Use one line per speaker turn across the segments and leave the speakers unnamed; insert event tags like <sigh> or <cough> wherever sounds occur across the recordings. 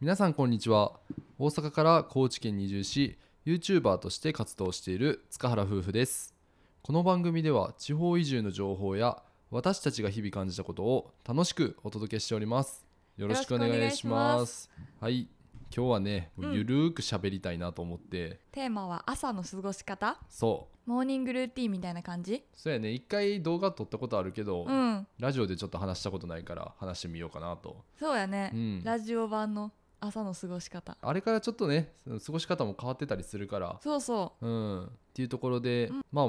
皆さんこんにちは大阪から高知県に移住し YouTuber として活動している塚原夫婦ですこの番組では地方移住の情報や私たちが日々感じたことを楽しくお届けしておりますよろしくお願いし
よろしくお願
ま
いします
はい今日はねもうゆるーく喋りたいなと思って、
テーマは朝の過ごし方
そう
モーニングルーティンみたいな感じ
そうやね一回動画撮ったことあるけど、
うん
ラジオでちょっと話したことないから話してみようかなと、
そうやね、
うん、
ラジオ版の朝の過ごし方
あれからちょっとねその過ごし方も変わってたりするから
そうそ
うん、っていうところで、まあ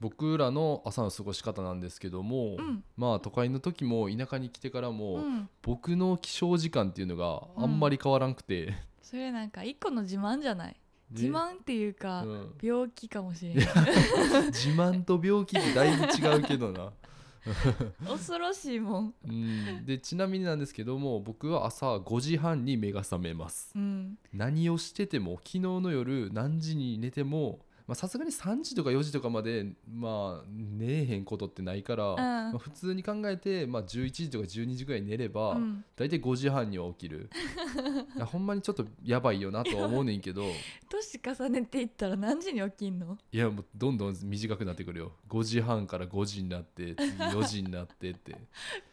僕らの朝の過ごし方なんですけども、
ううん
まあ都会の時も田舎に来てからも、
うん
僕の起床時間っていうのがあんまり変わらんくて、
それなんか一個の自慢じゃない自慢っていうか、
うん
病気かもしれない
自慢と病気ってだいぶ違うけどな、
恐ろしいもん
うん、でちなみになんですけども僕は朝5時半に目が覚めます
うん
何をしてても昨日の夜何時に寝てもまあさすがに3時とか4時とかまでまあ寝えへんことってないから、まあ普通に考えて、まあ、11時とか12時ぐらいに寝れば、
うん
大体5時半には起き
<laughs>
るいやほんまにちょっとやばいよなとは思うねんけど
年重ねていったら何時に起きんの
いやもうどんどん短くなってくるよ5時半から5時になって次4時になってっても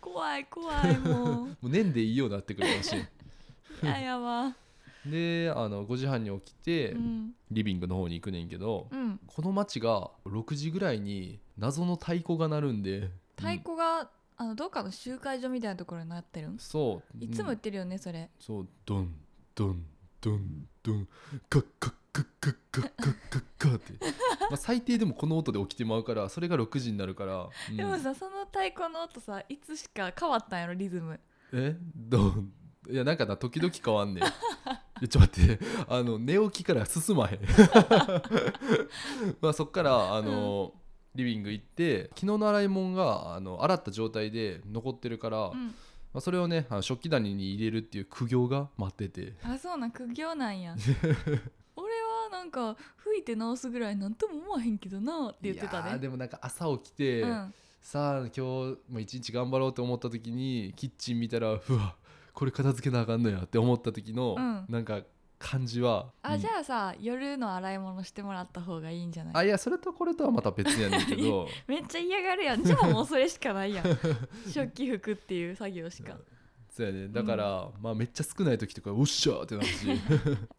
怖い怖いも
<laughs>
う
う年でいいようになってくるかもしれん
いややわ
であの5時半に起きて、
うん
リビングの方に行くねんけど、
うん
この町が6時ぐらいに謎の太鼓が鳴るんで
太鼓が、あのどっかの集会所みたいなところになってるん
うんそう
いつ
う
も言っ
ん
てるよねそれ
そうドンドンドンドンカッカッカッカッカッカッカッカッって、まあ、最低でもこの音で起きてまうからそれが6時になるから、うん
でもさその太鼓の音さいつしか変わったんやろリズム
えドンいやなんかな時々変わんねんいやちょっと待ってあの寝起きから進まへんまあそっからあの、リビング行って昨日の洗い物があの洗った状態で残ってるから、
うん
まあ、それをねあの食器棚に入れるっていう苦行が待ってて
あそうなん苦行な
<laughs>
んや俺はなんか吹いて直すぐらいなんとも思わへんけどなって言ってた
いやー
ね
でもなんか朝起きて、
うん、
さあ今日も一日頑張ろうと思った時にキッチン見たらうわこれ片付けなあかんのやって思った時の、
うん
なんか感じは
あじ
あ
ゃあさ夜の洗い物してもらった方がいいんじゃない
あいやそれとこれとはまた別やねんけ
<laughs>
ど
めっちゃ嫌がるやんじゃあもうそれし
<laughs>
かないやん食器拭くっていう作業しか
そうやねだから、まあめっちゃ少ない時とかおっしゃーってなる
<laughs>
し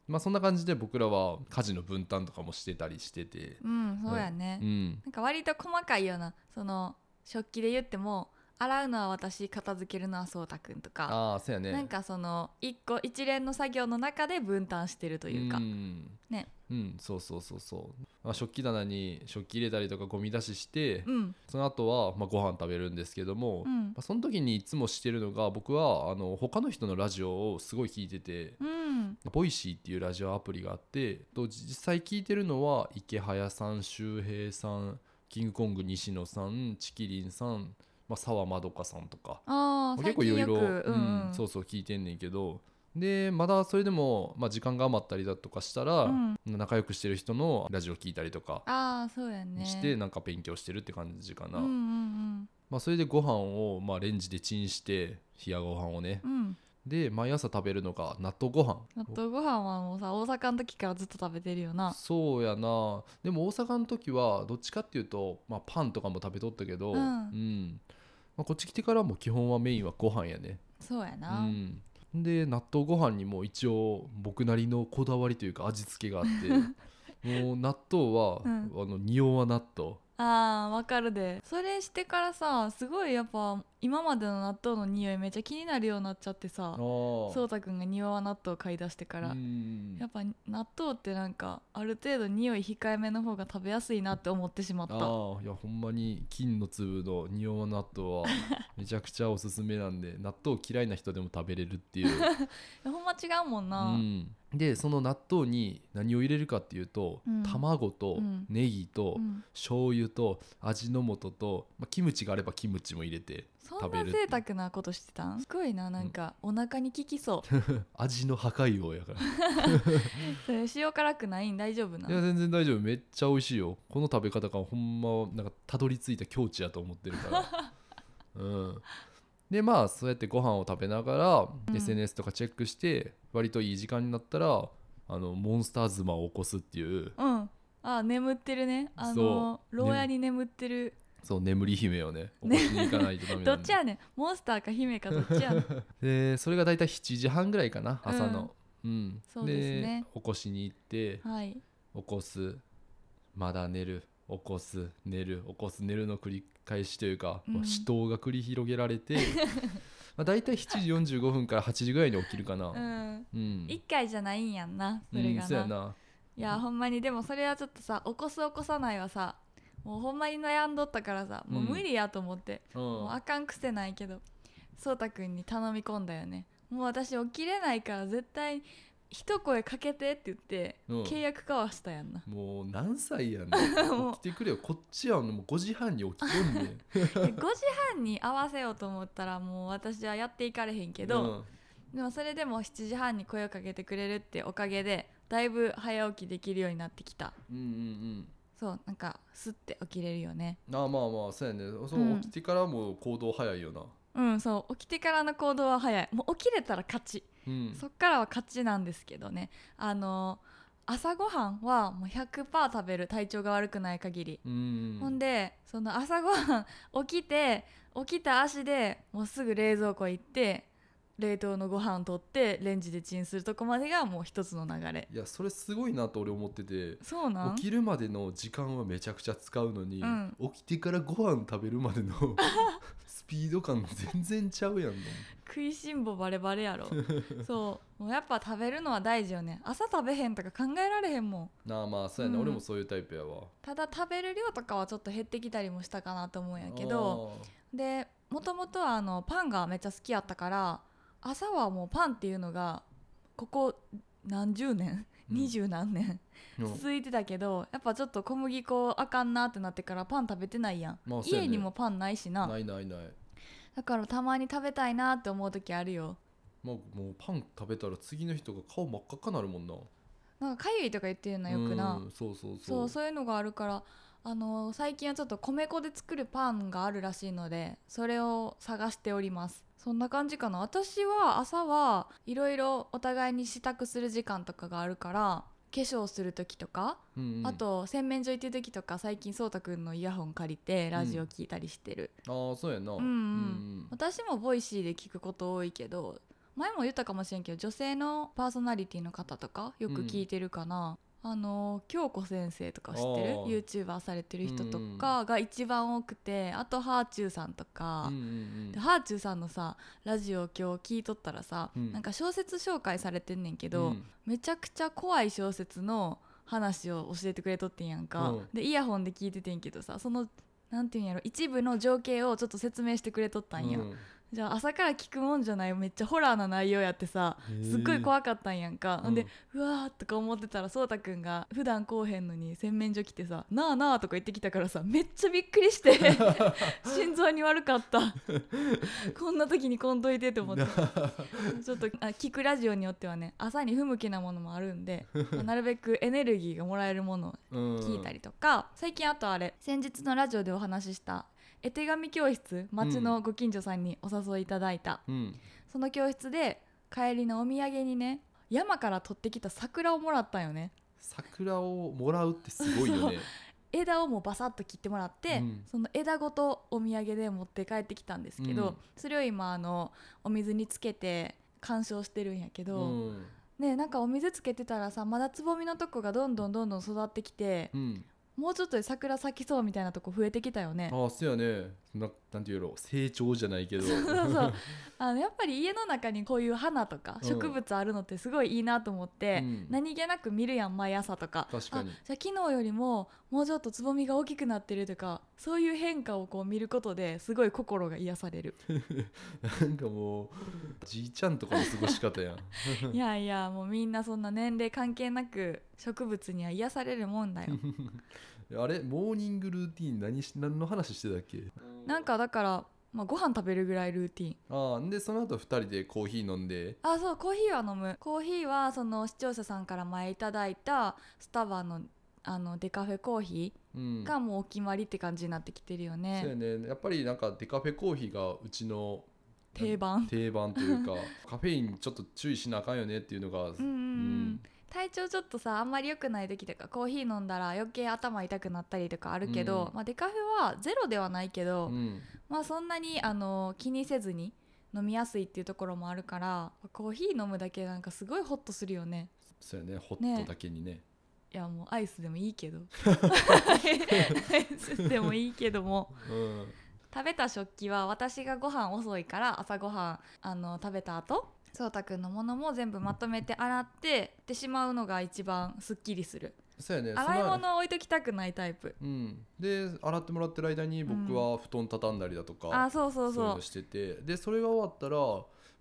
まあそんな感じで僕らは家事の分担とかもしてたりしてて
うんそうやね、
うん
なんか割と細かいようなその食器で言っても洗うのは私片付けるのはそうたくんとか
ああそうやね
なんかその一個一連の作業の中で分担してるというか、
ん
ね
うんそうそうそうそう、まあ、食器棚に食器入れたりとかゴミ出しして、
うん
その後はまあご飯食べるんですけども、
う
ま
ん
あ、その時にいつもしてるのが僕はあの他の人のラジオをすごい聞いてて、
うん
ボイシーっていうラジオアプリがあってと実際聞いてるのは池早さん周平さんキングコング西野さんチキリンさん、まあ、沢まどかさんとか
あ
ま
あ
あ結構いろいろ、うんそううそう聞いてんねんけどでまだそれでも、まあ、時間が余ったりだとかしたら、
うん
仲良くしてる人のラジオ聞いたりとか
ああそうやね
して、なんか勉強してるって感じかな、
うんうん
まあ、それでご飯をまあ、レンジでチンして冷やご飯をね
うんうん
で毎朝食べるのが納豆ご飯
あとご飯はもうさ大阪の時からずっと食べてるよな
そうやなでも大阪の時はどっちかっていうと、まあ、パンとかも食べとったけど、
うん
んまあ、こっち来てからも基本はメインはご飯やね
そうやな、
うん、で納豆ご飯にも一応僕なりのこだわりというか味付けがあって
<laughs>
もう納豆は、
うん
あの匂わ納豆
あーわかるでそれしてからさすごいやっぱ今までの納豆の匂いめっちゃ気になるようになっちゃってさそう
だ
たくんが庭は納豆を買い出してから、
ん
やっぱ納豆ってなんかある程度匂い控えめの方が食べやすいなって思ってしまった
ああいやほんまに金の粒の匂わ納豆
<laughs>
はめちゃくちゃおすすめなんで納豆嫌いな人でも食べれるって
<laughs>
いう、
ほんま違うもん
う
な、
ん、でその納豆に何を入れるかっていうと、
うん
卵と
うん
ネギと
うん
醤油と味の素と、まあ、キムチがあればキムチも入れて
そん
食べ
な
るっ
贅
ていう
沢なことしてたんすごいななんかお腹に効きそう
<laughs> 味の破壊王やから
それ塩辛くないん大丈夫ない
や全然大丈夫めっちゃ美味しいよこの食べ
<laughs>
方がほんまなんかたどり着いた境地やと思ってるからうんでまあそうやってご飯を食べながら、
うん
SNS とかチェックして割といい時間になったらあのモンスター妻を起こすっていう
うんあ眠ってるねあの
そう
牢屋に眠ってる、
そう眠り姫をね起こ
ね
しに行かないとダメ
<laughs> ど
な
っ
ん
ち
で
やねんモンスターか姫かどっちやね
<laughs>
ん
でそれが大体7時半ぐらいかな
うん
朝の、うん
そうですね
起こしに行って
はい
起こすまだ寝る起こす寝る起こす寝るの繰り返しというか、
うん
まあ死闘が繰り広げられ
<laughs>
てまあ大体7時45分から8時ぐらいに起きるかな。
うん
うん
一回じゃないんやんなそ
うん
れが
そう
な,、
やない
やほんまにでもそれはちょっとさ起こす起こさないはさもうほんまに悩んどったからさもううん無理やと思って、
う
も
ん
うあかんくせないけどそうたくんに頼み込んだよねもう私起きれないから絶対一声かけてって言って、
うん
契約交わしたや
<laughs>
んな
もう何歳やねん
<laughs> もう
起きてくれよこっちはもう5時半に起きてんねん
5時半に合わせようと思ったらもう私はやっていかれへ <laughs> んけど、でもそれでも7時半に声をかけてくれるっておかげでだいぶ早起きできるようになってきた
うん、うんうん
そうなんかスッて起きれるよね
うんあまあまあそうやねそううん起きてからも行動早いよな
うんそう起きてからの行動は早いもう起きれたら勝ち、
うん
そっからは勝ちなんですけどねあの朝ごはんはもう100%食べる体調が悪くない限り、
うん
ほんでその朝ごはん起きて起きた足でもうすぐ冷蔵庫行って冷凍のご飯取ってレンジでチンするとこまでがもう一つの流れ
いやそれすごいなと俺思ってて
そうなん
起きるまでの時間はめちゃくちゃ使うのに、
うん
起きてからご飯食べるまでの <laughs> スピード感全然ちゃうやんの
食いしん坊バレバレやろそうもうやっぱ食べるのは大事よね朝食べへんとか考えられへんもん
なあまあそうやね、
うん
俺もそういうタイプやわ
ただ食べる量とかはちょっと減ってきたりもしたかなと思うんやけどでもともとはあのパンがめっちゃ好きやったから朝はもうパンっていうのがここ何十年
うん
二十、20何年
あーうん
続いてたけどやっぱちょっと小麦粉あかんなってなってからパン食べてないやん、
まあそうやね
家にもパンないしな
ないないない
だからたまに食べたいなって思う時あるよ
まあ、もうパン食べたら次の日とか顔真っ赤っかなるもんな。
なんかかゆいとか言ってるのよくな、
うんそうそうそう。
そうそういうのがあるからあの最近はちょっと米粉で作るパンがあるらしいのでそれを探しておりますそんな感じかな私は朝はいろいろお互いに支度する時間とかがあるから化粧する時とか、
うんうん
あ。と洗面所行ってる時とか最近そうたくんのイヤホン借りてラジオ聞いたりしてる、
ああ、そうやな。うん
うん私もボイシーで聞くこと多いけど前も言ったかもしれんけど女性のパーソナリティの方とかよく聞いてるかな、あの京子先生とか知ってる
あー
YouTuber されてる人とかが一番多くてあとハーチューさんとか
うんう、ん
でハーチューさんのさラジオ今日聞いとったらさ、
うん
なんか小説紹介されてんねんけ
うん
ど、
うん
めちゃくちゃ怖い小説の話を教えてくれとってんやんか、
うん
でイヤホンで聞いててんけどさそのなんていうんやろ一部の情景をちょっと説明してくれとったんや、
うん
じゃあ朝から聞くもんじゃないめっちゃホラーな内容やってさ <laughs> すっごい怖かったんやんか、
うん
ほんでうわーとか思ってたらそうたくんが普段こうへんのに洗面所来てさ「なあなあ」とか言ってきたからさめっちゃびっくりして
<laughs>
心臓に悪かったこんな時にこんといてって思って
<laughs>
ちょっとあ聞くラジオによってはね朝に不向きなものもあるん
<laughs>
でまあなるべくエネルギーがもらえるものを聞
聞
いたりとか、最近あとあれ先日のラジオでお話しした絵手紙教室町のご近所さんにお誘いいただいた、
うん。
その教室で帰りのお土産にね山から取ってきた桜をもらったんよね
桜をもらうってすごい
<laughs>
よね。
枝をもうバサッと切ってもらって、
うん
その枝ごとお土産で持って帰ってきたんですけど、
うん
それを今あのお水につけて鑑賞してるんやけ
う
ど、
ん。
ねなんかお水つけてたらさまだつぼみのとこがどんどんどんどん育ってきて、
うん。
もうちょっとで桜咲きそうみたいなとこ増えてきたよね
ああ、そうやね。ななんていうの、成長じゃないけ
<laughs>
ど。
そうそうあのやっぱり家の中にこういう花とか
うん
植物あるのってすごいいいなと思って、
うん
何気なく見るやん毎朝とか
確かに
あじゃあ昨日よりももうちょっとつぼみが大きくなってるとかそういう変化をこう見ることですごい心が癒される
なんかもう、じいちゃんとかの過ごし方
<laughs>
やん。
いやいやもうみんなそんな年齢関係なく植物には癒されるもんだよ
あれモーニングルーティン何し何の話してたっけ
なんかだから、まあ、ご飯食べるぐらいルーティン
ああんでその後二人でコーヒー飲んで
あそうコーヒーは飲むコーヒーはその視聴者さんから前いただいたスタバのあのデカフェコーヒ
うん
ーがもうお決まりって感じになってきてるよ
そうや
ね、
ねやっぱりなんかデカフェコーヒーがうちの
定番
定番というかカフェインちょっと注意しなあかんよねっていうのが、
うんうんうん
うん
体調ちょっとさあんまり良くない時とかコーヒー飲んだら余計頭痛くなったりとかあるけど、
うん
まあ、デカフェはゼロではないけど、
うん
まあそんなにあの気にせずに飲みやすいっていうところもあるからコーヒー飲むだけなんかすごいホッとするよね
そうやねホットだけにね
いやもうアイスでもい
<laughs>
いけど <laughs> アイスでもいいけども
うん
食べた食器は私がご飯遅いから朝ご飯あの食べた後そうたくんのものも全部まとめて洗ってってしまうのが一番すっきりする
そうやね
洗い
その
物を置いときたくないタイプ
うん、で洗ってもらってる間に僕は布団畳んだりだとか、
あそうそう
そういう
そう
のしててでそれが終わったらま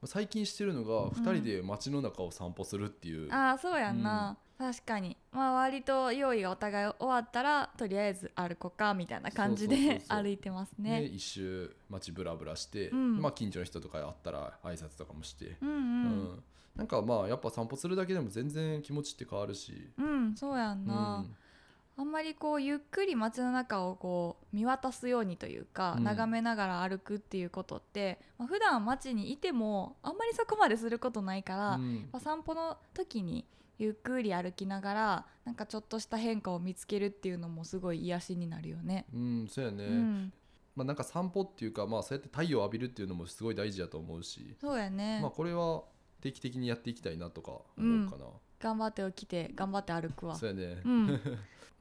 あ最近してるのが
ん
2人で街の中を散歩するっていう、
あーそうやんな、確かにまあ割と用意がお互い終わったらとりあえず歩こうかみたいな感じで
そうそうそうそう
歩いてます
で
ね
一周街ブラブラして、
うん
まあ、近所の人とか会ったら挨拶とかもして、
うん
う
うん
んなんかまあやっぱ散歩するだけでも全然気持ちって変わるし、
うん、そうやん
う
な、
ん
あんまりこうゆっくり街の中をこう見渡すようにというか、
うん
眺めながら歩くっていうことって、まあ、普段街にいてもあんまりそこまですることないから、
う
ま
ん
あ、散歩の時にゆっくり歩きながらなんかちょっとした変化を見つけるっていうのもすごい癒しになるよね。
うんそうやね、
うん、
まあ、なんか散歩っていうか、まあ、そうやって太陽を浴びるっていうのもすごい大事だと思うし、
そうやね、
まあ、これは定期的にやっていきたいなとか思うかな、
頑張って起きて頑張って歩くわ、
そうやね
う、ん、
<laughs>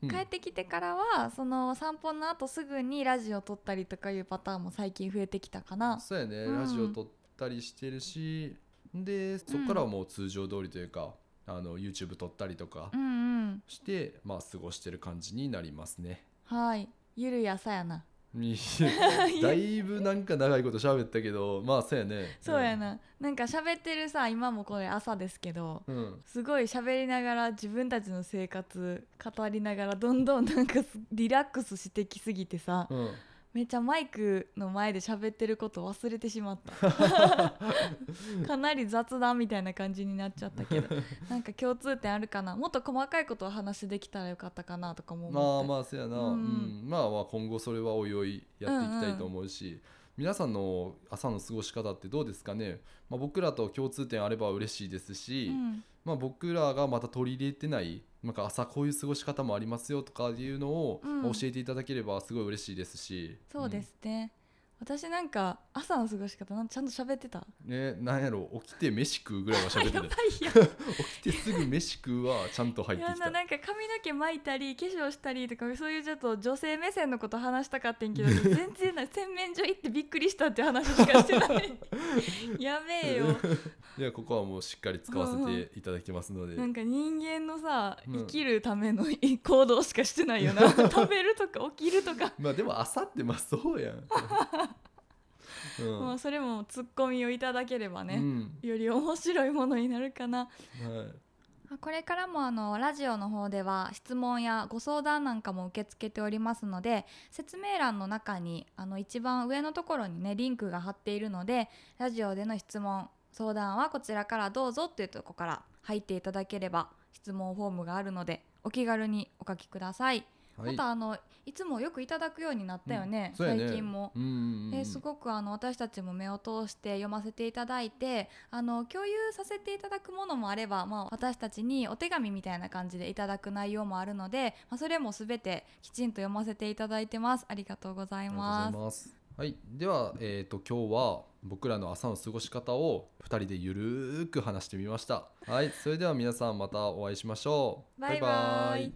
うん
帰ってきてからはその散歩の後すぐにラジオ撮ったりとかいうパターンも最近増えてきたかな
そうやね、
うん
ラジオ撮ったりしてるしでそこからはもう通常通りというか、あの YouTube 撮ったりとか
うんうん
して、まあ過ごしてる感じになります
<laughs>
ね。
はいゆるやさやな
いやだいぶなんか長いこと喋ったけどまあそうやね
そうや、な、なんか喋ってるさ今もこれ朝ですけど
うんうん、
すごい喋りながら自分たちの生活語りながらどんどん <laughs> なんかすリラックスしてきすぎてさ
うん
めっちゃマイクの前で喋ってること忘れてしまった
<laughs>
かなり雑談みたいな感じになっちゃっ
<laughs>
たけどなんか共通点あるかなもっと細かいことを話できたらよかったかなとかも
ま
思
あ
って
まあそうやな、う
うん
んまあまあ今後それはおいおいやっていきたいと思うし、皆さんの朝の過ごし方ってどうですかね、まあ、僕らと共通点あれば嬉しいですし、
うん
まあ、僕らがまた取り入れてないなんか朝こういう過ごし方もありますよとかいうのを
うん
まあ教えていただければすごい嬉しいですし、
そうですね、私なんか朝の過ごし方なんちゃんと喋ってた
うん、ねなんやろ起きて飯食うぐらいは喋って
やば
る
<laughs> いや
起きてすぐ飯食うはちゃんと入っ
い
てき
や
た
ななんか髪の毛巻いたり化粧したりとかそういうちょっと女性目線のこと話したかったんけど全然ない洗面所行ってびっくりしたって話しかしてない
<laughs>
やべえよ
いやここはもうしっかり使わせていただきますので、
なんか人間のさ、
うん
生きるためのい行動しかしてないよな
<laughs>
食べるとか起きるとか、
まあでも朝ってまあそう
<laughs>
やん、うん
まあ、それもツッコミをいただければ
う
ね、
ん
より面白いものになるかな
はい、
これからもあのラジオの方では質問やご相談なんかも受け付けておりますので説明欄の中にあの一番上のところにねリンクが貼っているのでラジオでの質問相談はこちらからどうぞっていうとこから入っていただければ質問フォームがあるのでお気軽にお書きください、
はい、
またあのいつもよくいただくようになったよね、
うんそうやね
最近も
うんうんうん
えーすごくあの私たちも目を通して読ませていただいてあの共有させていただくものもあれば、まあ、私たちにお手紙みたいな感じでいただく内容もあるので、まあ、それもすべてきちんと読ませていただいてますありがとうござ
ありがとうござ
いま
い
す
ます。はい、では、えー、と今日は僕らの朝の過ごし方を2人でゆるーく話してみました。はい、それでは皆さんまたお会いしましょう。
バイバイ